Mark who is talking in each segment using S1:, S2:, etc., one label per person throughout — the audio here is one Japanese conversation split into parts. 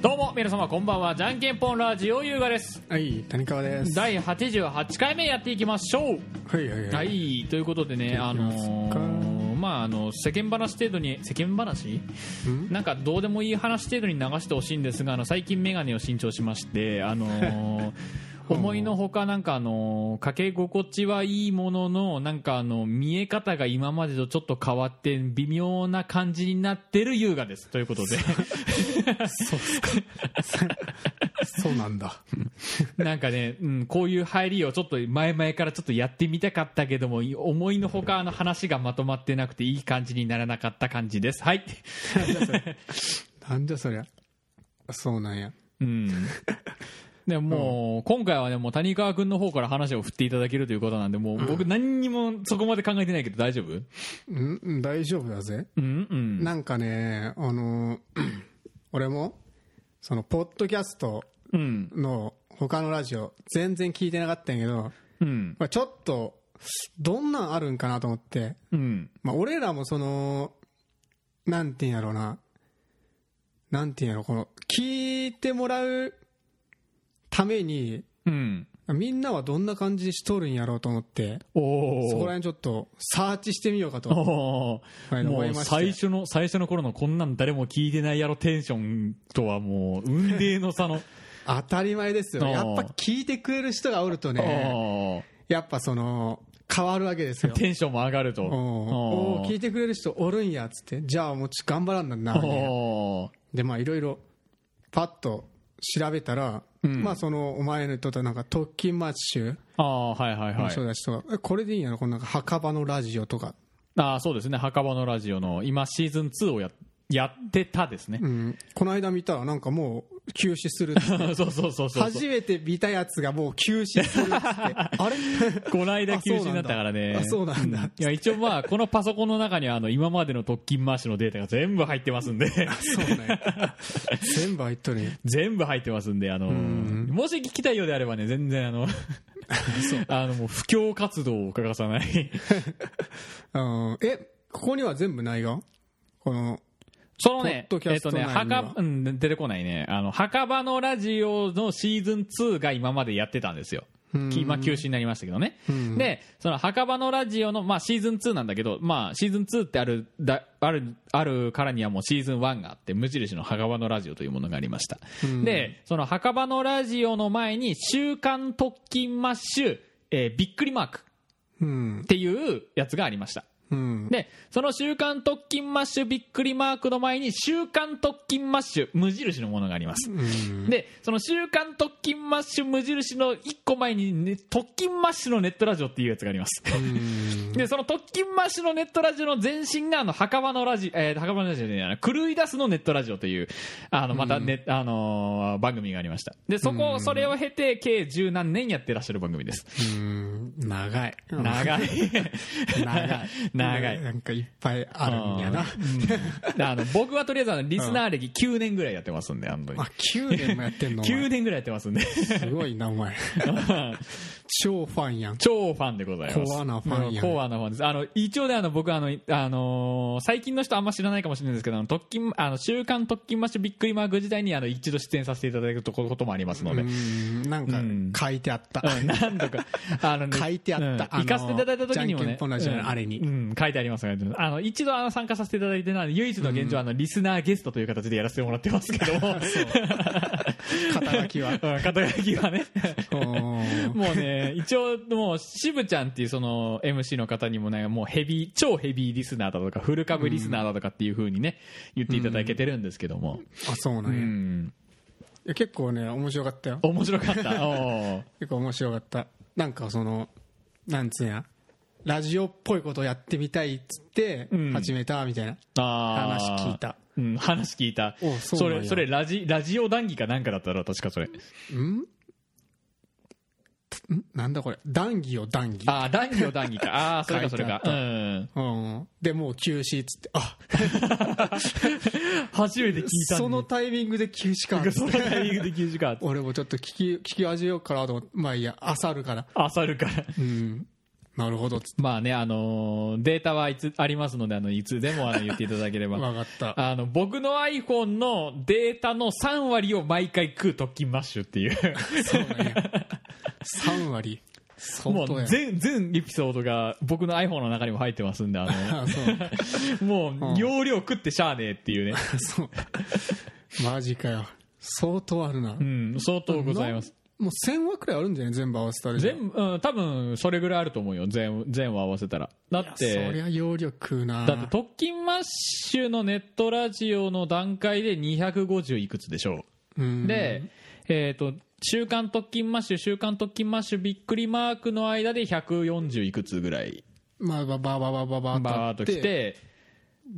S1: どうも皆様こんばんはじゃんけんぽんラジオ優雅です
S2: はい、谷川です。
S1: 第88回目やっていきましょう
S2: はいはいはい。
S1: はいということでねあの
S2: 行きま
S1: ーまああの世間話程度に世間話
S2: ん
S1: なんかどうでもいい話程度に流してほしいんですがあの最近眼鏡を新調しましてあの ー思いのほかなんかあのーかけ心地はいいもののなんかあの見え方が今までとちょっと変わって微妙な感じになってる優雅ですという ことで
S2: そうなんだ。
S1: なんかね、うん、こういう入りをちょっと前々からちょっとやってみたかったけども、思いのほかあの話がまとまってなくていい感じにならなかった感じです。 はい。
S2: なんじゃそりゃ。そうなんや。
S1: うん。でももう、今回はね、もう谷川君の方から話を振っていただけるということなんで、もう僕何にもそこまで考えてないけど大丈夫
S2: うんうん、大丈夫だぜ。
S1: うんうん。
S2: なんかね、あの ー、俺も、その、ポッドキャスト
S1: うん。
S2: の他のラジオ、全然聞いてなかったんやけど、
S1: うん。
S2: まあ、ちょっと、どんなんあるんかなと思って、
S1: うん。
S2: まあ、俺らもその、なんていうんやろうな、なんていうんやろう、この、聞いてもらうために、
S1: うん。
S2: みんなはどんな感じにしとるんやろうと思って、
S1: お
S2: そ
S1: ー。
S2: こら辺ちょっとサーチしてみようかと
S1: お
S2: は
S1: ー
S2: い
S1: も
S2: 思いうまして
S1: 最初の最初の頃のこんなん誰も聞いてないやろテンションとはもう雲泥の 差の
S2: 当たり前ですよ
S1: おー
S2: やっぱ聞いてくれる人がおるとね
S1: おー
S2: やっぱその変わるわけですよ
S1: テンションも上がると。
S2: おーお
S1: お
S2: ー
S1: ー
S2: 聞いてくれる人おるんやっつってじゃあもうちょっと頑張らんなんな
S1: おー
S2: でまあいろいろパッと調べたら、
S1: うん
S2: まあそのお前のとったなんか特勤マッシュ
S1: あーはいはい
S2: の
S1: はい
S2: 人。たちとか、えこれでいいんやろこのなんか墓場のラジオとか、
S1: あーそうですね、墓場のラジオの今、シーズン2をややってたですね
S2: う。ん、この間見たらなんかもう休止するって
S1: そうそうそうそう
S2: 初めて見たやつがもう休止するっつって あれ
S1: この間休止になったからね。
S2: あそうなんだあそうなんだ
S1: いや、一応まあ、このパソコンの中にはあの、今までの特勤回しのデータが全部入ってます んで、
S2: そうね全部入っとるんや
S1: 全部入ってますんで、あの、もし聞きたいようであればね、全然あ の、 あの、もう、布教活動を欠かさない。
S2: うんえここには全部ないがこの
S1: そのね、
S2: ポッドキ
S1: えっ
S2: ャス
S1: と
S2: ト
S1: ね、
S2: 内には
S1: 墓、うん、出てこないね。あの、墓場のラジオのシーズン2が今までやってたんですよ。きまあ、休止になりましたけどね。で、その墓場のラジオの、まあ、シーズン2なんだけど、まあ、シーズン2ってある、だある、あるからにはもうシーズン1があって、無印の墓場のラジオというものがありました。で、その墓場のラジオの前に、週刊特勤マッシュ、えーびっくりマーク
S2: うん
S1: っていうやつがありました。
S2: うん
S1: で、その週刊特勤マッシュびっくりマークの前に、週刊特勤マッシュ無印のものがあります。
S2: うん
S1: で、その週刊特勤マッシュ無印の1個前に、ね、特勤マッシュのネットラジオっていうやつがあります。
S2: うん
S1: で、その特勤マッシュのネットラジオの前身が、あの、墓場のラジオ、えー墓場のラジオじゃないな、狂い出すのネットラジオという、あの、またね、あのー番組がありました。で、そこ、それを経て、計十何年やってらっしゃる番組です。
S2: うん長い
S1: 長い。
S2: 長い
S1: 長い。
S2: なんかいっぱいあるんやな
S1: うんあの僕はとりあえずあのリスナー歴9年ぐらいやってますんで、本当に
S2: あ。9年もやってん のお
S1: 9
S2: 前
S1: 年ぐらいやってますんで。
S2: すごいなお前超ファン やん
S1: 超ファンでございます。
S2: コアなファンやん
S1: うんコアなファンです。あの、一応ね、あの、僕、あの、あのー最近の人あんま知らないかもしれないですけど、あの、特勤、あの、週刊特勤マッシュびっくりマーク時代に、あの、一度出演させていただくとここともありますので
S2: う。んなんか書いてあっ た
S1: うん何度か、あのね
S2: 書いてあった
S1: うん
S2: あの
S1: 行かせていただいた時にも
S2: じゃんけ
S1: ね
S2: ん。ぽんラジオの
S1: うん
S2: あれに
S1: うん、書いてあります書いてありますあの、一度あの参加させていただいてない、唯一の現状、あの、リスナーゲストという形でやらせてもらってますけ ども。
S2: 肩書き は
S1: うん肩書きはね。
S2: うん
S1: もうね、一応、もう、しぶちゃんっていうその MC の方にもね、もうヘビー、超ヘビーリスナーだとか、フル株リスナーだとかっていう風にね、言っていただけてるんですけども。
S2: あそうな
S1: うん
S2: やい
S1: ん。
S2: や結構ね面白かったよ
S1: 面白か った。おー
S2: 結構面白かったなんかそのなんつうんやラジオっぽいことをやってみたいっつって
S1: うん
S2: 始めたみたいな、
S1: あ
S2: 話
S1: ー
S2: 聞いた。
S1: うん、話聞いた。
S2: おそうなんや
S1: れ、それ、ラジ、ラジオ談義かなんかだったら、確かそれ。
S2: うんんなんだこれ談義を談義
S1: ああ、談義を談義か。 ああー、それかそれ
S2: 書い
S1: か。
S2: て
S1: う
S2: あっ
S1: ん。
S2: うんでもう休止っつってあ
S1: 初めて聞いたんで
S2: そのタイミングで休止かっつ
S1: そ
S2: っ
S1: の
S2: て
S1: タイミングで9時間。
S2: 俺もちょっと聞き聞き味わようかなと思ってまあいいやあさるから
S1: あさるから。
S2: うんなるほどつ
S1: まあね、あのーデータはいつありますので、あの、いつでもあの言っていただければ。
S2: わかった
S1: あの、僕の iPhone のデータの3割を毎回食うときマッシュっていう。
S2: そうなんや3割相
S1: も
S2: 当
S1: う
S2: や
S1: 全、全エピソードが僕の iPhone の中にも入ってますんで、あの、
S2: あそ う
S1: も
S2: うん
S1: う、容量食ってしゃあねえっていうね。
S2: そうマジかよ相当あるな、
S1: うん、相当 ございます。
S2: もう1000話くらいあるんじゃない全部合わせたら
S1: 全部、うん、多分、それぐらいあると思うよ。全、全話合わせたら。だっ
S2: そり
S1: て、
S2: ゃ容量食うな
S1: だって、特勤マッシュのネットラジオの段階で250いくつでしょ
S2: うん
S1: う。で、えっ、と、週刊特勤マッシュ、週刊特勤マッシュ、びっくりマークの間で140いくつぐらい、
S2: まあババババババ
S1: バーっと来て、
S2: で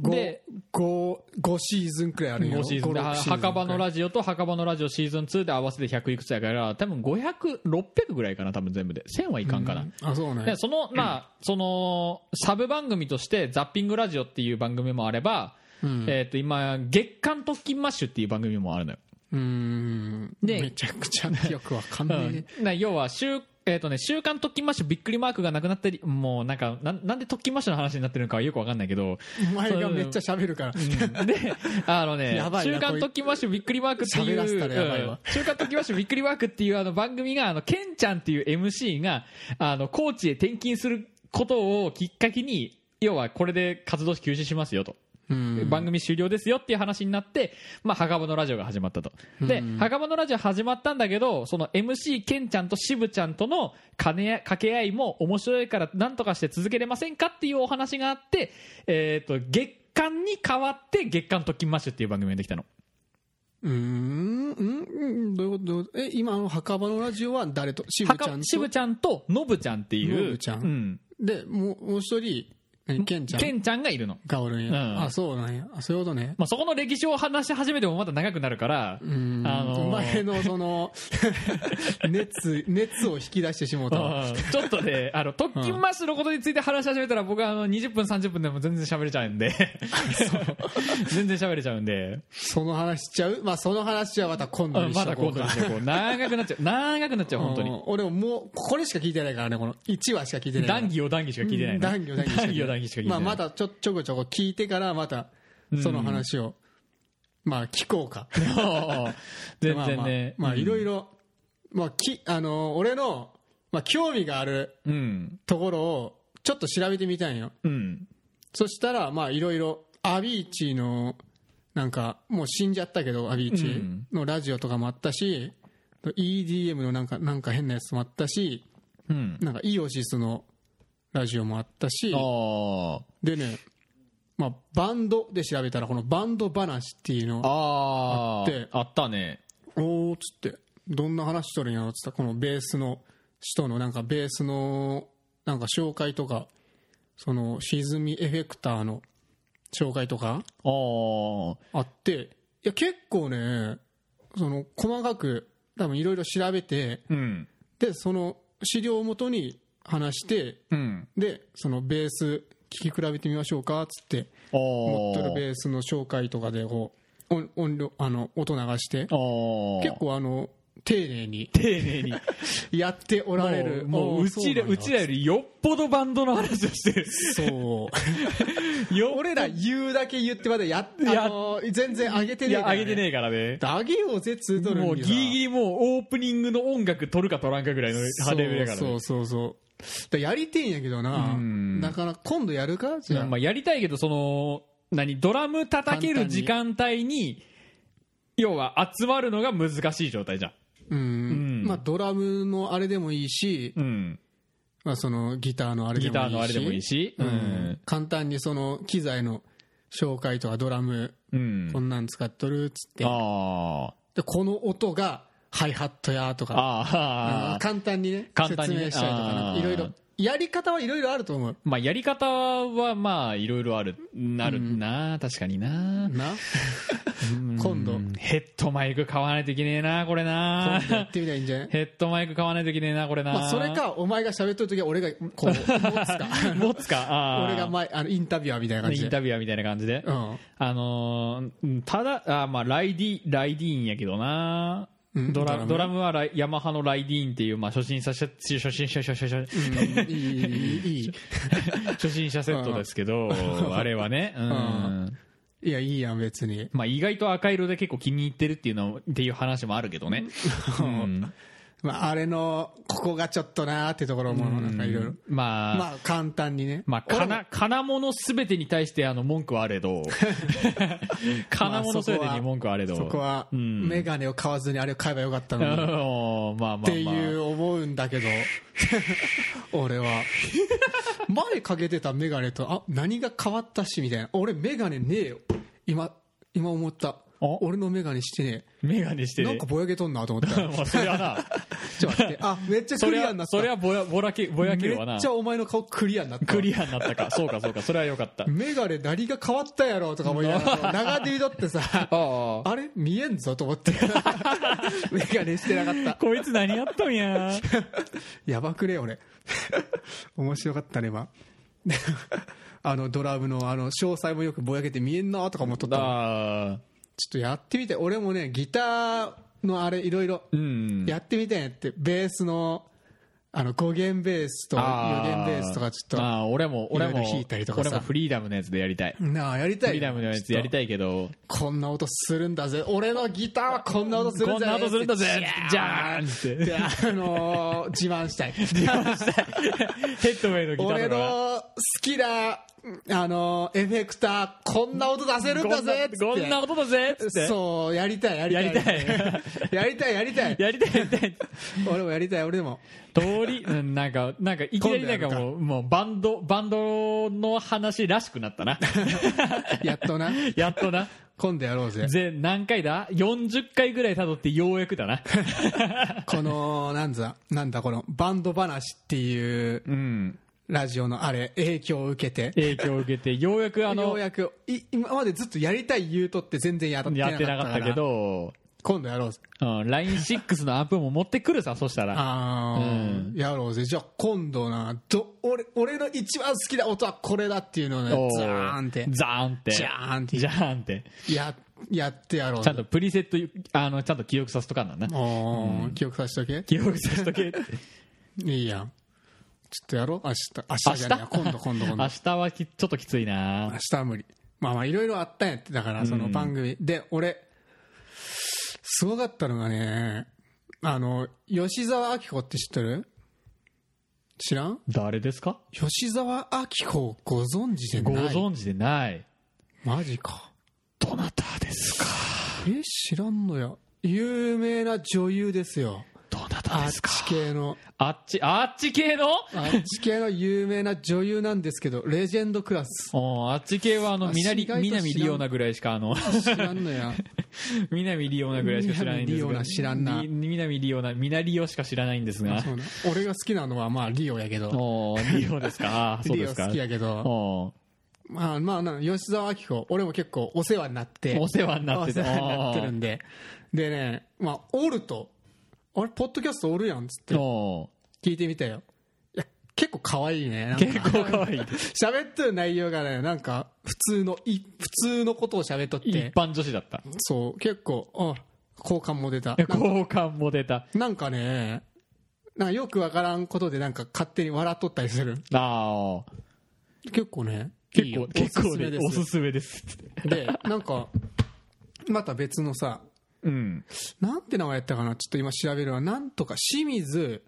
S1: で
S2: 5シーズンくらいあるんやろ
S1: 5シーズン
S2: 5 6シーズンくらい
S1: 墓場のラジオと墓場のラジオシーズン2で合わせて100いくつやから多分500600ぐらいかな多分全部で1000はいかんかな、
S2: あそうね
S1: でそのまあそのサブ番組として「ザッピングラジオ」っていう番組もあれば、
S2: うん
S1: えー、と今「月刊特勤マッシュ」っていう番組もあるのよ、
S2: うーん
S1: で
S2: めちゃくちゃよくわかん
S1: う
S2: ない、
S1: んな要は週えーとね、週刊特勤マッシュびっくりマークがなくなったりもうなんかなんなんで特勤マッシュの話になってるのかはよくわかんないけど、
S2: お前がめっちゃ喋るから、
S1: うんで、あのね
S2: やば、いな
S1: 週刊
S2: こいつ
S1: ときましゅびっくりマークってい、
S2: 喋らせたらやばいうわ
S1: うん週刊ときましゅびっくりマークっていうあの番組が、あの、ケンちゃんっていう MC が、あの、高知へ転勤することをきっかけに、要はこれで活動休止しますよと。
S2: うん
S1: 番組終了ですよっていう話になって、まあ、墓場のラジオが始まったと。で、墓場のラジオ始まったんだけど、その MC ケンちゃんと渋ちゃんとの兼ね合い掛け合いも面白いからなんとかして続けれませんかっていうお話があって、えっ、と、月間に変わって月間特勤マッシュっていう番組ができたの。
S2: うーんうんうんどういうことどういうことえ今の墓場のラジオは誰と渋ちゃ
S1: 墓
S2: んと
S1: 渋ちゃんとノブちゃんっていう。
S2: ノブちゃん
S1: うん。
S2: でもうもう一人何ケンちゃん
S1: ケンちゃんがいるの。
S2: がおるんや、
S1: うん
S2: あそうなんやあそういうことね
S1: まあ、そこの歴史を話し始めてもまた長くなるから、
S2: うん
S1: あのー
S2: お前のその 熱熱を引き出してしもうたわ
S1: うん ちょっとね、あの、特勤マッシュのことについて話し始めたら、僕はあの、20分、30分でも全然喋れちゃうん で。全然喋れちゃうんで。
S2: その話しちゃうまあその話はまた今度
S1: うん
S2: にし
S1: ま
S2: と
S1: だ
S2: こ
S1: 今
S2: うか
S1: 度にしてこう。長くなっちゃう。長くなっちゃう、本当
S2: うん
S1: に。
S2: 俺ももうこれしか聞いてないからねこの1話しか聞いてないから
S1: 談義を談義しか聞いてないの。
S2: 談義を談義
S1: 談義を談義しか聞いて
S2: ま
S1: な
S2: あ
S1: い。
S2: まだちょちょこちょこ聞いてからまたその話を、まあ聞こうか
S1: だ。 全然ね。
S2: まあまあまあいろい
S1: ろ。
S2: ろ、まあきあのー俺の、まあ、興味がある
S1: うん。
S2: ところをちょっと調べてみたんよ
S1: うん。
S2: そしたらまあいろいろアビーチのなんかもう死んじゃったけどアビーチのラジオとかもあったし、EDM のなんかなんか変なやつもあったし
S1: うん。
S2: なんかイオシスのラジオもあったし
S1: あー
S2: でね、まあ、バンドで調べたらこのバンド話っていうの
S1: あー。
S2: あって
S1: あったね。
S2: おーっつってどんな話しとるんやろっつったらこのベースの人のなんかベースのなんか紹介とかその沈みエフェクターの紹介とか
S1: あー。
S2: あっていや結構ねその細かく多分いろいろ調べて
S1: うん。
S2: でその資料をもとに話して
S1: うん。
S2: でそのベース聴き比べてみましょうかっつって
S1: あー。
S2: 持ってる
S1: ー
S2: ベースの紹介とかでこう音音量あの音流して
S1: あー。
S2: 結構あの丁寧に
S1: 丁寧に。
S2: やっておられる
S1: もうもううちらうちらよりよっぽどバンドの話をして る
S2: そう
S1: よ
S2: 俺ら言うだけ言ってまだやっ
S1: や
S2: あの全然上げて
S1: い
S2: ねえ
S1: や
S2: から、
S1: あ
S2: ね、
S1: げてねえからね
S2: 上げようぜっつうとるんに
S1: もう
S2: さ
S1: ギリギリもうオープニングの音楽取るか取らんかぐらいのレベルやから
S2: そ
S1: ね
S2: うそうそうそうだやりてえんやけどな
S1: うん
S2: だから今度やるかじゃあ、
S1: まあやりたいけどその何ドラム叩ける時間帯に要は集まるのが難しい状態じゃん
S2: うん
S1: ん
S2: まあドラムのあれでもいいし、
S1: うん
S2: まあ、そのギターのあれで
S1: ギ
S2: もいいし
S1: ターのあれでもいいし
S2: う
S1: うんん、
S2: 簡単にその機材の紹介とかドラム
S1: うん
S2: こんなん使っとるっつって
S1: あ
S2: でこの音がハイハットやと
S1: あ
S2: か
S1: あ
S2: うん
S1: あ
S2: 簡単にね
S1: 簡単にね
S2: 説明したりとかなん
S1: あ
S2: か
S1: ー
S2: いろいろやり方はいろいろあると思う
S1: まあやり方はまあいろいろあるなるな確かにな
S2: な今度
S1: うんヘッドマイク買わないといけねえなこれ
S2: 今
S1: な
S2: 度やってみたらいいんじゃない
S1: ヘッドマイク買わないといけねえな、これな。
S2: まあ、それ。かお前が喋っとる時は俺がこう持つか
S1: 持つか。 あー
S2: 俺が前あのインタビュアーみたいな感じ
S1: イ
S2: で
S1: ンタビュアーみたいな感じで。
S2: うん
S1: あのーうんただ、あーまあ、ライディ、ライディーンやけどな。
S2: うん
S1: ドラド
S2: ド
S1: ラ
S2: ラ
S1: ムはライヤマハのライディーンっていう、まあ、初心者セット、初心者、初心者、
S2: うんいいいいいい
S1: 初心者セットですけど、あれはね、うんん。
S2: いやいいやん別に
S1: まあ、意外と赤色で結構気に入ってるっていうの、っていう話もあるけどね。うん
S2: まあ、あれのここがちょっとなーってところもなんかいろいろ
S1: まあ、
S2: まあ簡単にね
S1: まあ、金、金物すべてに対してあの文句はあれ ど、金物すべてに文句はあれど、
S2: そこは
S1: うん
S2: メガネを買わずにあれを買えばよかった
S1: う
S2: のに
S1: ん
S2: っ
S1: まあまあまあ。
S2: ていう思うんだけど俺は前かけてたメガネとあ何が変わったしみたいな俺メガネねえよ今今思った俺のメガネしてね
S1: メガネして
S2: え
S1: る
S2: なんかぼやけとんなと思った
S1: まあ、そりゃな、
S2: ちょっと待ってあめっちゃ
S1: そ
S2: ク
S1: り
S2: リアに
S1: ゃ、
S2: なった
S1: そりゃぼや、ぼらけ、ぼやけるわ
S2: め
S1: な
S2: っち。ゃお前の顔クリアになった
S1: クリアになったか。そうか、そうか、それはよかった。
S2: メガネ何が変わったやろとか思いなが ら長ディだってさ
S1: あ
S2: あれ見えんぞと思って メガネしてなかった
S1: こいつ何やったんや。
S2: やばくね俺 面白かったね今 あのドラムのあの詳細もよくぼやけて見えんなとか思っとったの
S1: ああ、
S2: ちょっとやってみて俺もねギターのあれいろいろ
S1: うん。
S2: やってみてんやってベースのあの5弦ベースと4弦ベースとかちょっ
S1: ああ、俺も、俺も、
S2: いろいろ弾いたりとかさ
S1: 俺もフリーダムのやつでやりたい。
S2: となあやりたい
S1: フリーダムのやつやり
S2: い
S1: たいけど、
S2: こんな音するんだぜ俺のギターはこんな音する
S1: こ
S2: ん
S1: ん
S2: だ
S1: なことするんだぜじ
S2: ー
S1: ゃーんって。
S2: であのー自慢し たい
S1: ヘッドウェイのギタ
S2: 俺
S1: ーとか
S2: の好きなあのーエフェクターこんな音出せるんだぜっつって
S1: こんなこんなことだぜっつって
S2: そうやりたいやりたい
S1: やりたい
S2: やりた いやりた
S1: やりた
S2: い
S1: いやりたい
S2: 俺もやりたい俺でも
S1: 通りうんなんかなんかいきなりなんかもうもうバンドバンドの話らしくなった な
S2: やっとな
S1: やっとな
S2: 今度やろう ぜ
S1: ぜ何回だ40回ぐらい辿ってようやくだ な
S2: このなんざなんだこのバンド話っていう
S1: うん
S2: ラジオのあれ影響を受けて
S1: 影響を受けてようやくあ
S2: よ
S1: の
S2: うやくい今までずっとやりたい言うとって全然やって
S1: や
S2: なかっ
S1: ったて
S2: か
S1: な
S2: ら
S1: かったけど
S2: 今度やろうぜ
S1: うん LINE6 のアップも持ってくるさそしたら
S2: あーやろうぜじゃあ今度など俺俺の一番好きな音はこれだっていうのをね
S1: お
S2: ザーンって
S1: ザーンって
S2: ジャーンって
S1: ジャーンって
S2: ややってやろう
S1: ちゃんとプリセットあのちゃんと記憶させとかんなんな
S2: おー記憶させとけ
S1: 記憶させとけっ て
S2: いいやんちょっとやろう明日明日じゃねえや今度今度今度
S1: 明日はきちょっときつい
S2: 明
S1: な
S2: 日は無理まあまあいろいろあったんやってだからその番組、で俺すごかったのがねあの吉澤明子って知ってる知らん
S1: 誰ですか
S2: 吉澤明子をご存知で
S1: ご
S2: ない
S1: 存知でない
S2: マジか
S1: どなたですか
S2: え知らんのや有名な女優ですよ
S1: どなた
S2: あ
S1: で
S2: っ
S1: すか
S2: ち系の
S1: あっちあっち系の
S2: あ っち系の有名な女優なんですけどレジェンドクラス
S1: うんあっち系はあの
S2: あ
S1: みな
S2: 意
S1: り
S2: 外と知らん
S1: 南リオナぐらいしかあの
S2: 知らんのや
S1: 南リオナぐらいしか知らないんですが
S2: 南リオナ知らんな
S1: み南リオナみなりおしか知らないんですが
S2: そうな俺が好きなのはまあリオやけど
S1: おーリオです かあーそう
S2: リ
S1: で
S2: オ
S1: すか
S2: 好きやけど
S1: お
S2: まあまあな吉澤明子俺も結構お世話になって
S1: ーお世話になってて
S2: お世話になってるんででねまあおるとあれポッドキャストおるやんっつって
S1: お
S2: 聞いてみたよいや結構可愛いねなん
S1: ー
S2: か
S1: 結構可愛い
S2: 喋ってる内容がねなんか普通のい普通のことを喋っとっ
S1: 一
S2: て
S1: 般女子だった
S2: そう結構あ好感も出た
S1: 好感も出た
S2: なんかねなんかよくわからんことでなんか勝手に笑っとったりする
S1: ああ
S2: 結構ねい
S1: 結
S2: いよ
S1: 構結
S2: おす
S1: 構
S2: すめ
S1: ね
S2: で
S1: おす
S2: す
S1: すめです
S2: でなんかまた別のさ
S1: うん
S2: なんて名前やったかなちょっと今調べるわなんとか清水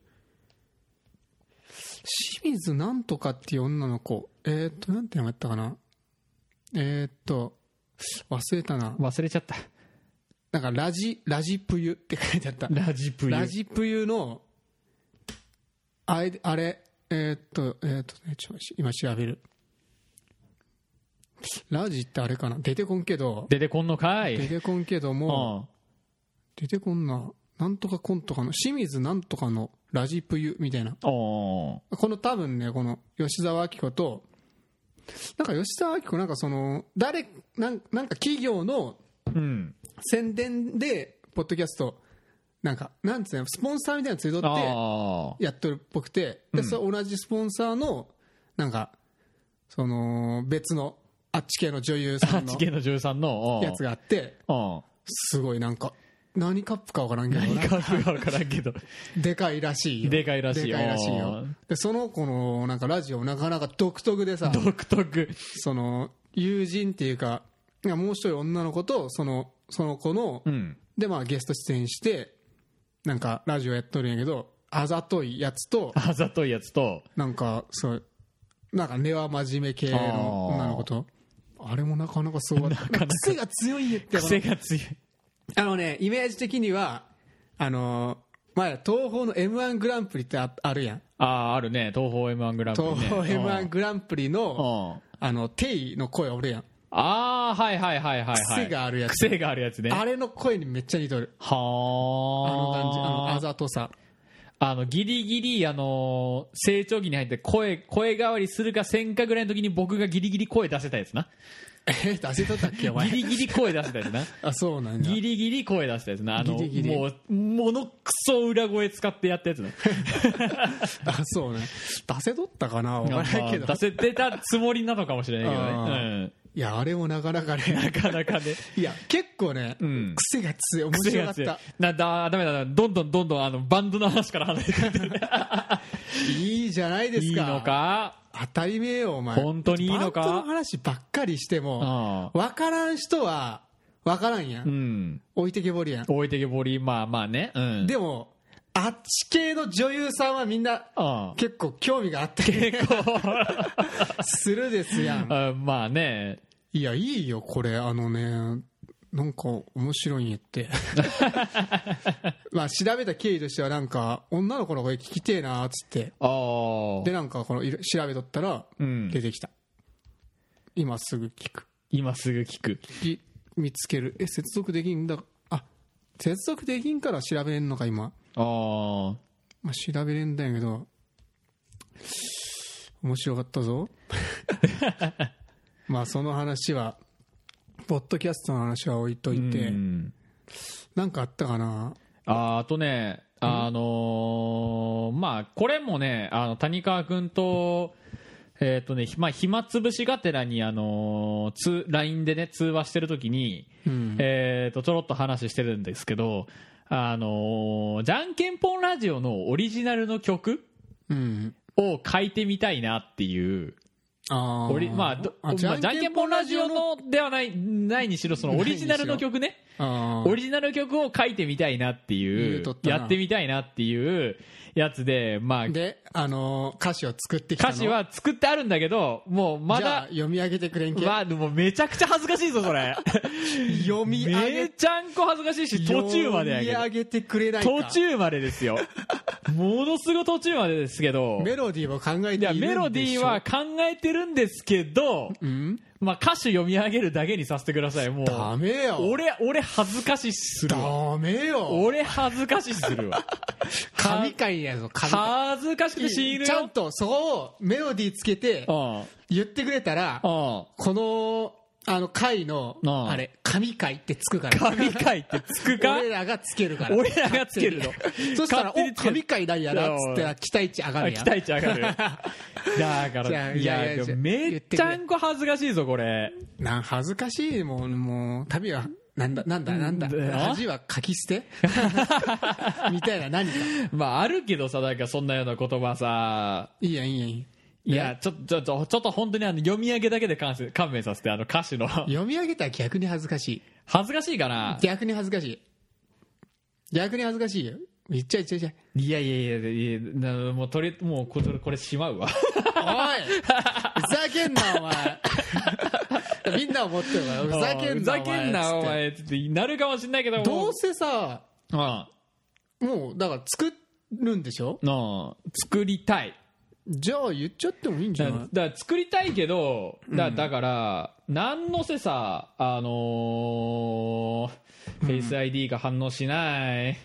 S2: 清水なんとかっていう女の子えー、っとなんて名前やったかなえー、っと忘れたな
S1: 忘れちゃった
S2: なんかラジラジプユって書いてあった
S1: ラジプユ
S2: ラジプユのあれあれえーっとえーっとねちょ今調べるラジってあれかな出てこんけど
S1: 出てこんのかい
S2: 出てこんけど
S1: う
S2: も
S1: ん
S2: 出てこんななんとかコンとかの清水なんとかのラジプユみたいな
S1: おー
S2: この多分ねこの吉澤明子となんか吉澤明子なんかその誰なんなんか企業の
S1: うん
S2: 宣伝でポッドキャストなんかなんつうのスポンサーみたいなのついとって
S1: あ
S2: やっとるっぽくて、でそれ同じスポンサーのなんかその別のあっち系の女優
S1: あ
S2: さんの
S1: 8系の13のおー
S2: やつがあって
S1: おー
S2: すごいなんか何カップかわからんけど
S1: 何
S2: な
S1: か分からんけど
S2: でかいらしいよ
S1: でかいらしい
S2: で
S1: よ
S2: かいらしいよでその子のなんかラジオなかなか独特でさ
S1: 独特
S2: その友人っていうかいやもう一人女の子とそのその子の、
S1: うん
S2: でまあゲスト出演してなんかラジオやっとるんやけどあざといやつと
S1: あざといやつと
S2: なんかそうなんか根は真面目系の女の子とあれもなかなかそうだった癖が強いって
S1: 癖が強い
S2: あのねイメージ的にはあのー前東宝の m 1グランプリってああるやん
S1: あああるね東宝 m 1グランプリ、ね、
S2: 東宝 m 1グランプリ
S1: うん
S2: の
S1: うん
S2: あのテイの声おるやん
S1: ああはいはいはいはいはい
S2: 癖があるやつ
S1: 癖があるやつね
S2: あれの声にめっちゃ似とる
S1: はあ
S2: あの感じあのあざとさ
S1: あの、ギリギリ、あのー成長期に入って声、声変わりするかせんかぐらいの時に僕がギリギリ声出せたやつな。
S2: え出せとったっけお前
S1: ギリギリ声出せたやつな。
S2: あそう なんや
S1: ギリギリ声出したやつな。あの、
S2: ギリギリ
S1: もう、ものくそ裏声使ってやった やつな。
S2: あそうなんや出せとったかなわからんけど
S1: まあ出せてたつもりなのかもしれないけどね。
S2: いやあれもなかなか
S1: うん。な
S2: ね
S1: かな かね。
S2: いや結構ね
S1: うん
S2: 癖が強い面
S1: 癖
S2: 白か
S1: が
S2: っ
S1: 強い
S2: た。
S1: な、だ、ダメだな。どんどんどんどん、あの、バンドの話から離れて ってる
S2: いいじゃないですか
S1: いいのか
S2: 当たり前よお前
S1: 本当にいいのか
S2: バンドの話ばっかりしても
S1: う
S2: 分からん人は分からんや
S1: ん。
S2: ん
S1: うん。
S2: 置いてけぼりやん
S1: 置いてけぼり、まあまあね。うん。
S2: でもあっち系の女優さんはみんな
S1: うん。
S2: 結構興味があったりするですやん
S1: あまあね、
S2: いやいいよこれあのねなんか面白いんやって まあ調べた経緯としてはなんか女の子の声聞きてえなーっつって
S1: あ
S2: で
S1: あ、
S2: なんかこのいろ調べとったら
S1: うん
S2: 出、てきた、今すぐ聞く
S1: 今すぐ聞く。
S2: き見つけるえ接続できんだあ接続できんから調べれんのか今、
S1: あ
S2: まあ、調べれんだんやけど面白かっ たぞまあその話はポッドキャストの話は置いと
S1: あ、
S2: いて、
S1: うん
S2: なんかあったかな
S1: ああとね、あのーまあ、これもね、あの谷川君と、えっ、とね、ひまあ、暇つぶしがてらに、あのー、つ LINE でね、通話してるときに、
S2: うん
S1: えっ、と、ちょろっと話してるんですけど、あのーじゃんけんぽんラジオのオリジナルの曲
S2: うん
S1: を書いてみたいなっていう
S2: あー
S1: オリまあどまあ、
S2: あ
S1: じゃんけんぽんラジオのではないないにしろそのオリジナルの曲ね
S2: あー
S1: オリジナル曲を書いてみたいなって
S2: 言
S1: いうう
S2: とったな
S1: やってみたいなっていうやつで、まあ、
S2: であのー歌詞を作ってきたの
S1: 歌詞は作ってあるんだけどもうま
S2: じゃあ
S1: だ
S2: 読み上げてくれんけ、
S1: まあ、でもめちゃくちゃ恥ずかしいぞそ れ
S2: 読み上
S1: め
S2: げ
S1: ちゃんこ恥ずかしいし途中までやけ
S2: 読み上
S1: ど
S2: げてくれないか
S1: 途中までです よものすごい途中までですけど
S2: メロディーも考え
S1: い
S2: てい
S1: や
S2: るんでしょ
S1: メロディーは考えてるんですけど、
S2: うん
S1: まあ、歌詞読み上げるだけにさせてくださいもう
S2: ダメよ
S1: 俺、俺恥ずかしするわ。
S2: ダメよ
S1: 俺恥ずかしする わ。
S2: 神回やぞ神回
S1: 恥ずかしくて死ぬ
S2: ちゃん
S1: よ。
S2: とそこをメロディーつけて
S1: うん。うん。
S2: 言ってくれたらこのあの回の
S1: うん
S2: あれ神回ってつくから
S1: 神回ってつく か
S2: 俺らがつけるから
S1: 俺らがつけるの。
S2: そしたら「
S1: 勝手
S2: お
S1: につける
S2: 神回だやな」っつったら期待値上が
S1: あ
S2: るや
S1: 期
S2: ん
S1: 待値上 がる。だか
S2: じゃあ
S1: ら、
S2: い
S1: い
S2: やいや
S1: や、で
S2: じゃあ
S1: もめっちゃんこ恥ずかしいぞ、これ。
S2: なん恥ずかしいもんもう旅はなんだなんだなんだ
S1: うん
S2: 恥は書き捨 てみたいな何か
S1: まあ、あるけどさ、なんかそんなような言葉さ。
S2: いいやんいいやんいい
S1: いや、ちょっと、ちょっと、ちょっと本当にあの、読み上げだけで勘せ勘弁させて、あの歌詞の。
S2: 読み上げたら逆に恥ずかしい
S1: 恥ずかしいかな
S2: 逆に恥ずかしい逆に恥ずかしいよ言っちゃい言っちゃい
S1: いやいやいやいや、なもう、とり、もう、これ、これしまうわ。
S2: 言っちゃいおいふざけんなお前みんな思ってるからふざけんな
S1: ふざけんなお
S2: つって
S1: 前つってなるかもしれないけど
S2: どう
S1: す
S2: せさ
S1: うん
S2: もうだから作るんでしょ
S1: うん作りたい
S2: じゃあ言っちゃってもいいんじゃ
S1: だ
S2: ない
S1: だから作りたいけどだだから何のせさあのー、フェイス ID が反応しない、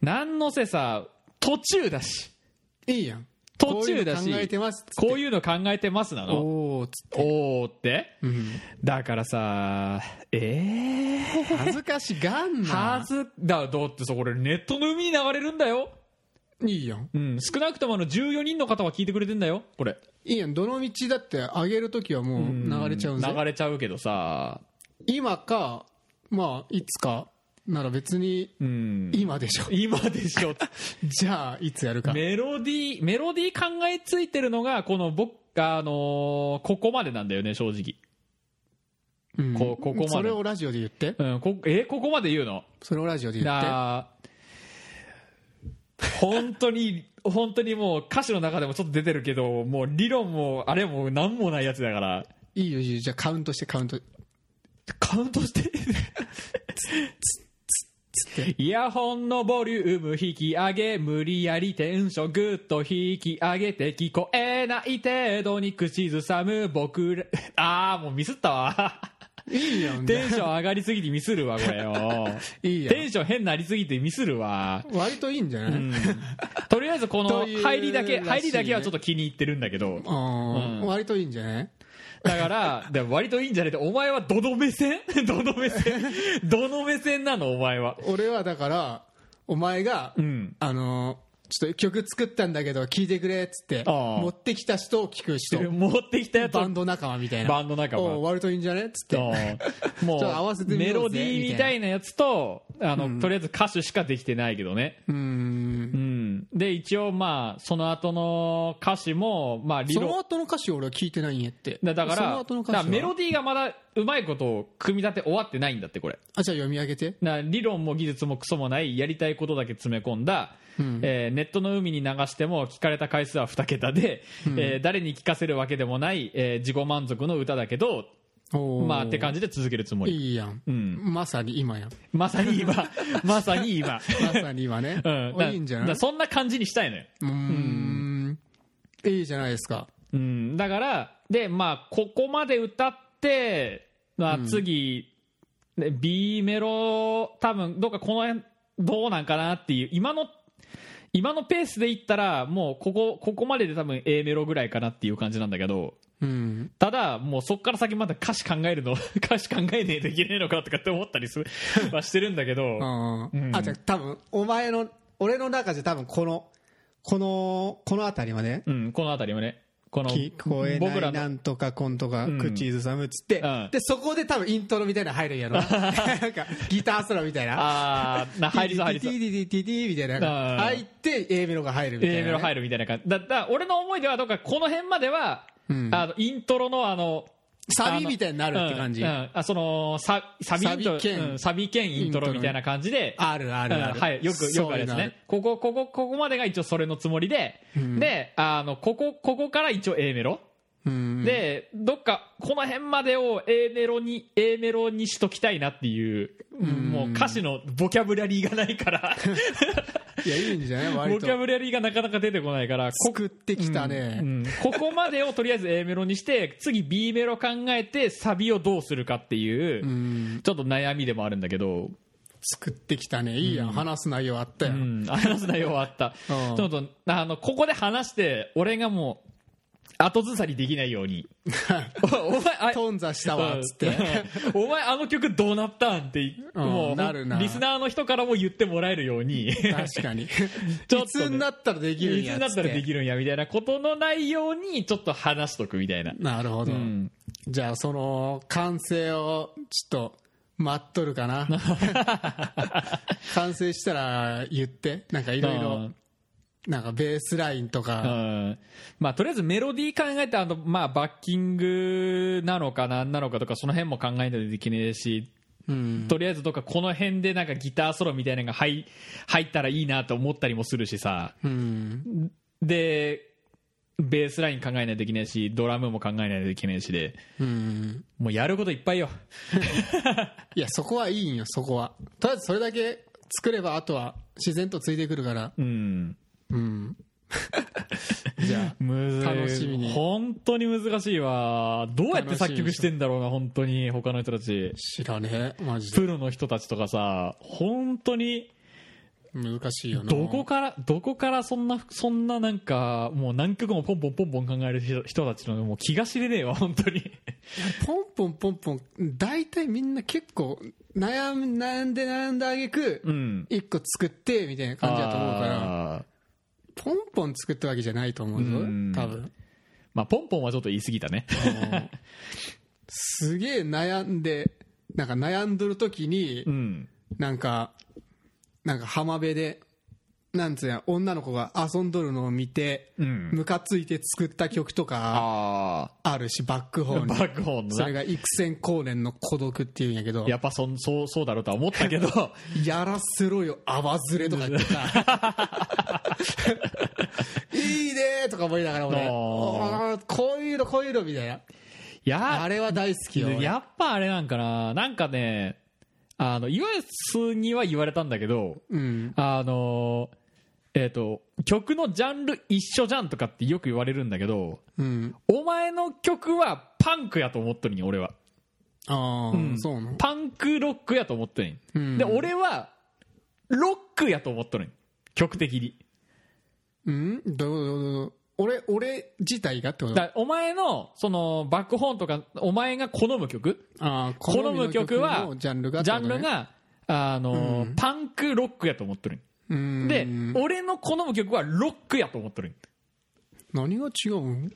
S1: なんのせさ途中だし
S2: いいやん
S1: 途中だし
S2: こういうの考えてますっつって
S1: こういうの考えてますなの
S2: おおつって
S1: おーって
S2: うん
S1: だからさええー、
S2: 恥ずかしがん
S1: は
S2: な
S1: ずだだってさこれネットの海に流れるんだよ
S2: いいやん
S1: うん、少なくともあの14人の方は聞いてくれてんだよ、これ。
S2: いいやんどの道だって上げるときはもう流れちゃうんぜ
S1: 流れちゃうけどさ、
S2: 今かまあいつかなら別に
S1: うん
S2: 今でしょ、
S1: 今でし ょ
S2: じゃあいつやるか、
S1: メロディーメロディー考えついてるのがこの僕あのーここまでなんだよね正直、
S2: うん
S1: こここまで
S2: それをラジオで言って
S1: うん、こえここまで言うの
S2: それをラジオで言って
S1: だ本当に本当にもう歌詞の中でもちょっと出てるけどもう理論もあれも何もないやつだから
S2: いいよいいよじゃあカウントしてカウント
S1: カウントしてイヤホンのボリューム引き上げ無理やりテンショングッと引き上げて聞こえない程度に口ずさむ僕ら ああもうミスった わ
S2: いいよ
S1: テン
S2: ね
S1: ション上がりすぎてミスるわこれよ
S2: いいよ
S1: テンション変になりすぎてミスるわ
S2: 割といいんじゃない、
S1: とりあえずことの
S2: いう
S1: 入りだけ、
S2: らしいね
S1: 入りだけはちょっと気に入ってるんだけど
S2: あー割といいんじゃない
S1: だからでも割といいんじゃねえってお前はどの目線 どの目線どの目線なのお前は
S2: 俺はだからお前が、
S1: うん
S2: あのーちょっと曲作ったんだけど聴いてくれっつって
S1: あー
S2: 持ってきた人を聴く人
S1: 持ってきたやつ
S2: バンド仲間みたいな
S1: バンド仲間
S2: おう割といいんじゃねっつって
S1: うんも
S2: ちょっと合わせて
S1: う
S2: み
S1: メ
S2: よ
S1: ロ
S2: うぜ
S1: ディーみたいなやつとあの、とりあえず歌手しかできてないけどね、
S2: うーん
S1: うん、で一応まあその後の歌詞もまあ理
S2: そ
S1: 論
S2: の後の歌詞俺は聞いてないんやって
S1: だだか
S2: その
S1: ら
S2: 後の歌
S1: だ
S2: 詞
S1: か
S2: は
S1: らメロディーがまだうまいことを組み立て終わってないんだってこれ
S2: あじゃあ読み上げて
S1: な理論も技術もクソもないやりたいことだけ詰め込んだ、えーネットの海に流しても聞かれた回数は2桁で、えー誰に聞かせるわけでもない、えー自己満足の歌だけど、
S2: おー
S1: まあ、って感じで続けるつもり
S2: いいやん、
S1: ん
S2: まさに今やん
S1: まさに今まさに今、
S2: まさに今ね、
S1: うん、
S2: いいんじゃな
S1: だ
S2: い
S1: そんな感じにしたいのよ、
S2: うーんいいじゃないですか
S1: うん、だからで、まあ、ここまで歌って、まあ、次、ね B メロ多分どっかこの辺どうなんかなっていう今の今のペースでいったらもうここここまでで多分 A メロぐらいかなっていう感じなんだけど
S2: うん
S1: ただもうそっから先また歌詞考えるの 歌詞考えねえといけねえのかとかって思ったりするはしてるんだけ ど
S2: あ,、
S1: うん
S2: あじゃあ多分お前の俺の中じゃ多分このこのこの辺りまで
S1: うんこの辺りもねこの
S2: 聞こえ
S1: 僕
S2: な
S1: ら
S2: い
S1: の
S2: なんとかこんとか
S1: うん
S2: 口ずさむっつって、
S1: うん
S2: でそこで多分イントロみたいなの入るんやろ なんかギターソロみたいな
S1: あーな 入りそう入りそう
S2: ティティティティティみたいな
S1: うん
S2: 入って A メロが入るみたいな、
S1: A メロ入るみたいな感じだだから俺の思いではどうかこの辺までは、
S2: うん
S1: あのイントロのあの
S2: サビみたいになるって感じ、
S1: うんうんあそのササビイントロ
S2: サビ兼
S1: うんサビ兼イントロみたいな感じで
S2: あるあるある、
S1: うんはい、よくよくあれです
S2: そういうの
S1: ねここここここまでが一応それのつもりで、であのここここから一応 A メロ、
S2: るうん
S1: でどっかこの辺までを A メロに A メロにしときたいなっていう、もう歌詞のボキャブラリーがないから
S2: いやいいんじゃ ない割
S1: ボ
S2: と
S1: キャブラリーがなかなか出てこないからこ
S2: 作ってきたね、
S1: うんここまでをとりあえず A メロにして次 B メロ考えてサビをどうするかっていう、ちょっと悩みでもあるんだけど、
S2: 作ってきたねいいやん、話す内容あった よ、
S1: うん、 話す内容はあった
S2: うん
S1: ちょっとあのここで話して俺がもう後ずさりできないよう にお前あ
S2: 頓挫したわっつって、
S1: うんお前あの曲どうなったんって、
S2: うん
S1: もう
S2: なるな
S1: リスナーの人からも言ってもらえるように
S2: 確かに
S1: ちょっとね
S2: いつになったらできるん
S1: いつ
S2: や
S1: に
S2: つ
S1: な
S2: っ
S1: ってたらできるんやみたいなことのないようにちょっと話しとくみたいな、
S2: なるほど、
S1: うん、
S2: じゃあその完成をちょっと待っとる かな完成したら言ってなんかいろいろなんかベースラインと
S1: う
S2: か、
S1: んまあ、とりあえずメロディー考えてあの、まあ、バッキングなのかなんなのかとかその辺も考えないといけねえし、
S2: うん
S1: とりあえずとかこの辺でなんかギターソロみたいなのが入入ったらいいなと思ったりもするしさ
S2: うん、
S1: でベースライン考えないといけないしドラムも考えないといけないしで
S2: うん
S1: もうやることいっぱいよ
S2: いやそこはいいんよそこはとりあえずそれだけ作ればあとは自然とついてくるから
S1: うん
S2: うん。じゃ
S1: むずい
S2: 楽しみに
S1: 本当に難しいわどうやって作曲してんだろうな本当に他の人たち
S2: 知らねえ、マジで。
S1: プロの人たちとかさ本当に
S2: 難しいよな。
S1: どこから、どこからそんな、そんななんか、もう何曲もポンポンポンポン考える人人たちの、もう気が知れねえわ、本当に。
S2: ポンポンポンポン、大体みんな結構、悩ん悩んで悩んであげく、
S1: うん。
S2: 一個作って、みたいな感じだと思うから、
S1: ら。
S2: ポンポン作ったわけじゃないと思うぞ、
S1: うん
S2: 多分。
S1: まあ、ポンポンはちょっと言い過ぎたね。
S2: すげえ悩んで、なんか悩んどる時に
S1: う、ん。
S2: なんかなんか浜辺でなんつうや女の子が遊んどるのを見て、
S1: うん
S2: ムカついて作った曲とか
S1: あ
S2: あるしバックホー
S1: あ
S2: ン
S1: バ
S2: に
S1: ックホーンの
S2: そ
S1: な
S2: れが幾千光年の孤独っていうんやけど
S1: やっぱそんそうそうだろうとは思ったけど
S2: やらせろよ、泡ずれとか言ってさ。いいねーとか思いながら俺、
S1: あー
S2: あーこういうの、こういうのみたいな。
S1: いや
S2: あれは大好きよ。俺
S1: やっぱあれなんかななんかねあの言わすには言われたんだけど
S2: うん。
S1: あのえっ、と曲のジャンル一緒じゃんとかってよく言われるんだけど
S2: うん。
S1: お前の曲はパンクやと思っとるんよ俺は
S2: ああ、
S1: ん
S2: そうなの。
S1: パンクロックやと思っとるんよ、
S2: うん
S1: で俺はロックやと思っとるんよ曲的に
S2: うんどうどうどう俺、俺自体がってこと
S1: だからお前のそのバックホーンとかお前が好む曲
S2: あー好
S1: 好
S2: みの
S1: む曲は
S2: のジャンルがって
S1: ジ
S2: こ
S1: ャ
S2: と
S1: ン
S2: ね、
S1: ルがあの、パンクロックやと思っとるんよ
S2: うん
S1: で、俺の好む曲はロックやと思っとるんよ
S2: 何が違うん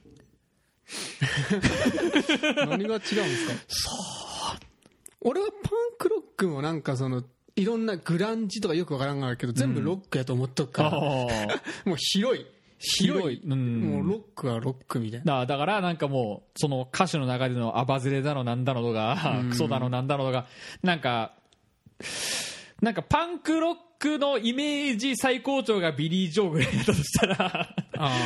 S2: 何が違うんですか俺はパンクロックもなんかそのいろんなグランジとかよくわからんがるけど全部ロックやと思っとくから、もう広い広
S1: 広
S2: い
S1: いうん
S2: もうロックはロックみたいな
S1: だだからなんかもうその歌手の中でのアバズレだのなんだのとか、クソだのなんだのとかなんかなんかパンクロックのイメージ最高潮がビリー・ジョーぐらいだとしたら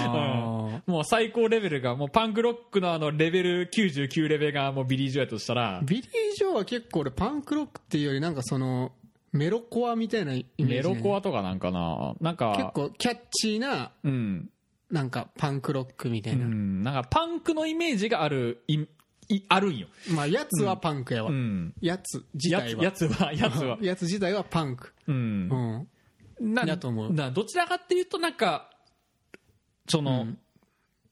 S2: あ
S1: もう最高レベルがもうパンクロックのあのレベル99レベルがもうビリー・ジョーやとしたら
S2: ビリー・ジョーは結構俺パンクロックっていうよりなんかそのメロコアみたいなイメージ、
S1: メロコアとかなんかななんか
S2: 結構キャッチーな
S1: うん、
S2: なんかパンクロックみた
S1: う
S2: いな、
S1: ん、なんかパンクのイメージがあるいいあるんよ、
S2: まあやつはパンクやわ、
S1: うん、
S2: やつ自
S1: や
S2: 体
S1: つ
S2: は
S1: やつ はやつは
S2: やつ自体はパンク
S1: うん
S2: うん
S1: な
S2: だと思う
S1: などちらかっていうとなんかその、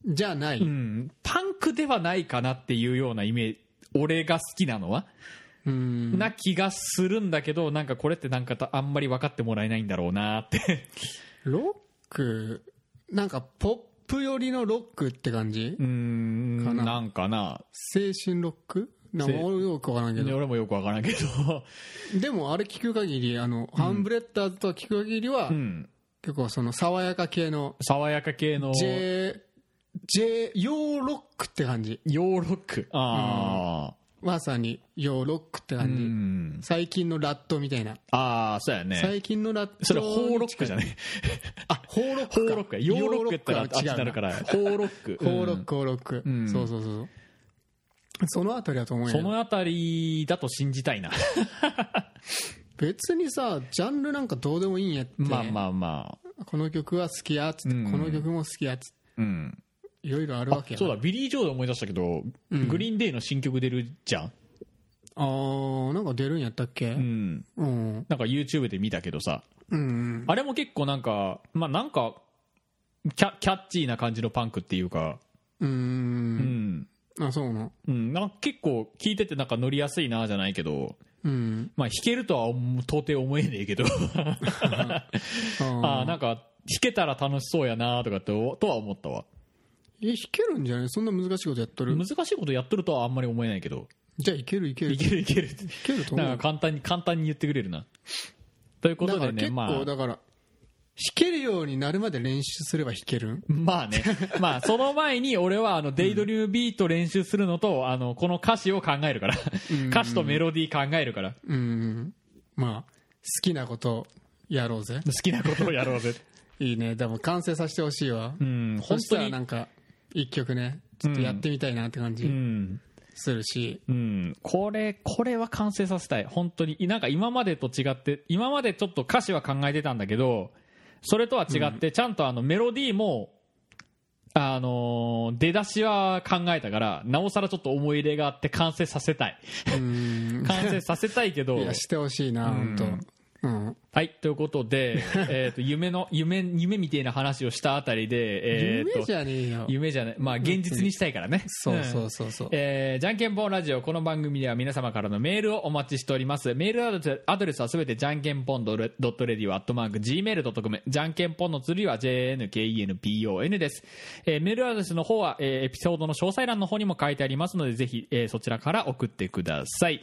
S2: じゃあない、
S1: うんパンクではないかなっていうようなイメージ俺が好きなのは、
S2: うん
S1: な気がするんだけどなんかこれってなんかたあんまり分かってもらえないんだろうなって
S2: ロックなんかポップ寄りのロックって感じ、
S1: うん
S2: か な
S1: なんかな
S2: 精神ロックなんか
S1: せ
S2: 俺よくわからんけど
S1: 俺もよく分からんけど
S2: でもあれ聞く限りあの、ハンブレッダーズとは聞く限りは、
S1: うん
S2: 結構その爽やか系の
S1: 爽やか系の
S2: J, J ヨーロックって感じ
S1: ヨーロックあ
S2: まさにヨーロックって
S1: あう
S2: 感じ、
S1: ん
S2: 最近のラットみたいな、
S1: ああそうやね
S2: 最近のラット
S1: それホーロックじゃ
S2: な
S1: ないい
S2: あホーロッ
S1: ホ
S2: ク
S1: ー
S2: か
S1: ロックやヨーロックやったらあっちになるからホーロック
S2: ホーロ
S1: う
S2: ッ
S1: ん
S2: ク、ホーロック。
S1: うん
S2: そうそうそう。そのあたりだと思うよ。
S1: そのあたりだと信じたいな。
S2: 別にさ、ジャンルなんかどうでもいいんやって。
S1: まあまあまあ。
S2: この曲は好きやっつって、
S1: うん
S2: この曲も好きやっつって、
S1: うん。
S2: いろいろあるわけや。
S1: そうだ、ビリー・ジョーで思い出したけど、
S2: うん
S1: グリーンデイの新曲出るじゃん。
S2: あー、なんか出るんやったっけう。
S1: うんん。
S2: うん。
S1: なんか YouTube で見たけどさ、
S2: うん。
S1: あれも結構なんか、まあなんか、キャキャッチーな感じのパンクっていうか、
S2: う。
S1: うんん。
S2: あ、そうな。
S1: うん、なんか結構聞いててなんか乗りやすいなじゃないけど、
S2: うん。
S1: まあ弾けるとは思う到底思えねえけど、ああ、
S2: ああ。
S1: なんか弾けたら楽しそうやなとかってお、とは思ったわ。
S2: え、弾けるんじゃないそんな難しいことやっとる
S1: 難しいことやっとるとはあんまり思えないけど、
S2: じゃあいけるいける。
S1: い
S2: い
S1: けるいけるって。
S2: けると思う
S1: なんか。簡単に簡単に言ってくれるなというこ
S2: だ
S1: と
S2: から
S1: で
S2: 結
S1: ねま
S2: 構、
S1: あ
S2: だから、弾けるようになるまで練習すれば弾けるん
S1: ま あねまあその前に俺はあのデイドリームビート練習するのとあのこの歌詞を考えるから歌詞とメロディー考えるから
S2: うんまあ好きなことやろうぜ
S1: 好きなことをやろうぜ
S2: いいねでも完成させてほしいわ
S1: うん
S2: そ
S1: 本
S2: した
S1: 当
S2: ら
S1: に
S2: なんか一曲ねちょっとやってみたいなって感
S1: う
S2: じ
S1: ん
S2: するし、
S1: うん、これこれは完成させたい本当になんか今までと違って今までちょっと歌詞は考えてたんだけどそれとは違って、ちゃんとあのメロディーもあのー出だしは考えたからなおさらちょっと思い入れがあって完成させたい
S2: うん
S1: 完成させたいけど
S2: いやしてほしいな本当、
S1: うん
S2: うん
S1: はい、ということで、えー、と夢の夢夢みたいな話をしたあたりで、えーと
S2: 夢じゃねえよ
S1: 夢じゃない、まあ、現実にしたいからね。
S2: そうそ
S1: ん
S2: うそうそう、
S1: えーじゃんけんぽんラジオ、この番組では皆様からのメールをお待ちしております。メールアドレスアドレスはすべてじゃんけんぽん .radio アットマーク gmail.com。じゃんけんぽんの次は jnkenpon です。えーメールアドレスの方は、えーエピソードの詳細欄の方にも書いてありますので、ぜひ、えーそちらから送ってください。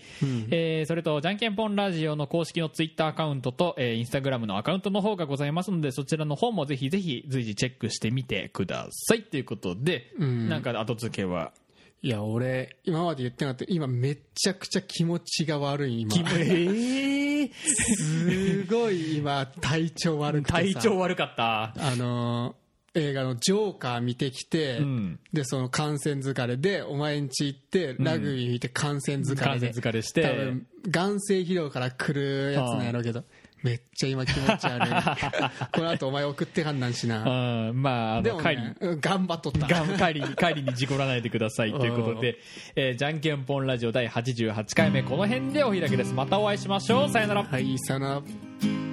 S1: えーそれと、じゃんけんぽんラジオの公式のツイッターアカウントと、えーインスタグラムのアカウントの方がございますので、そちらの方もぜひぜひ随時チェックしてみてください。ということで、なんか後付けは。
S2: いや俺今まで言ってなかった今めちゃくちゃ気持ちが 悪い今
S1: えー、
S2: すごい今体調悪くてさ
S1: 体調悪かった。
S2: あのー映画の「ジョーカー」見てきて、
S1: うん
S2: でその感染疲れでお前ん家行ってラグビー見て感染疲れで、
S1: 感染疲れし
S2: 多
S1: て。
S2: 分眼性疲労から来るやつなんやろうけどめっちゃ今気持ち 悪いこの後お前送ってかんなんしな
S1: うん、まあ、あ
S2: で
S1: の、
S2: も、
S1: 帰り
S2: ね、うん頑張っとった
S1: が帰りに、帰りに事故らないでくださいということで、えーじゃんけんぽんラジオ第88回目、この辺でお開きです。またお会いしましょう。さよなら。
S2: はいさよなら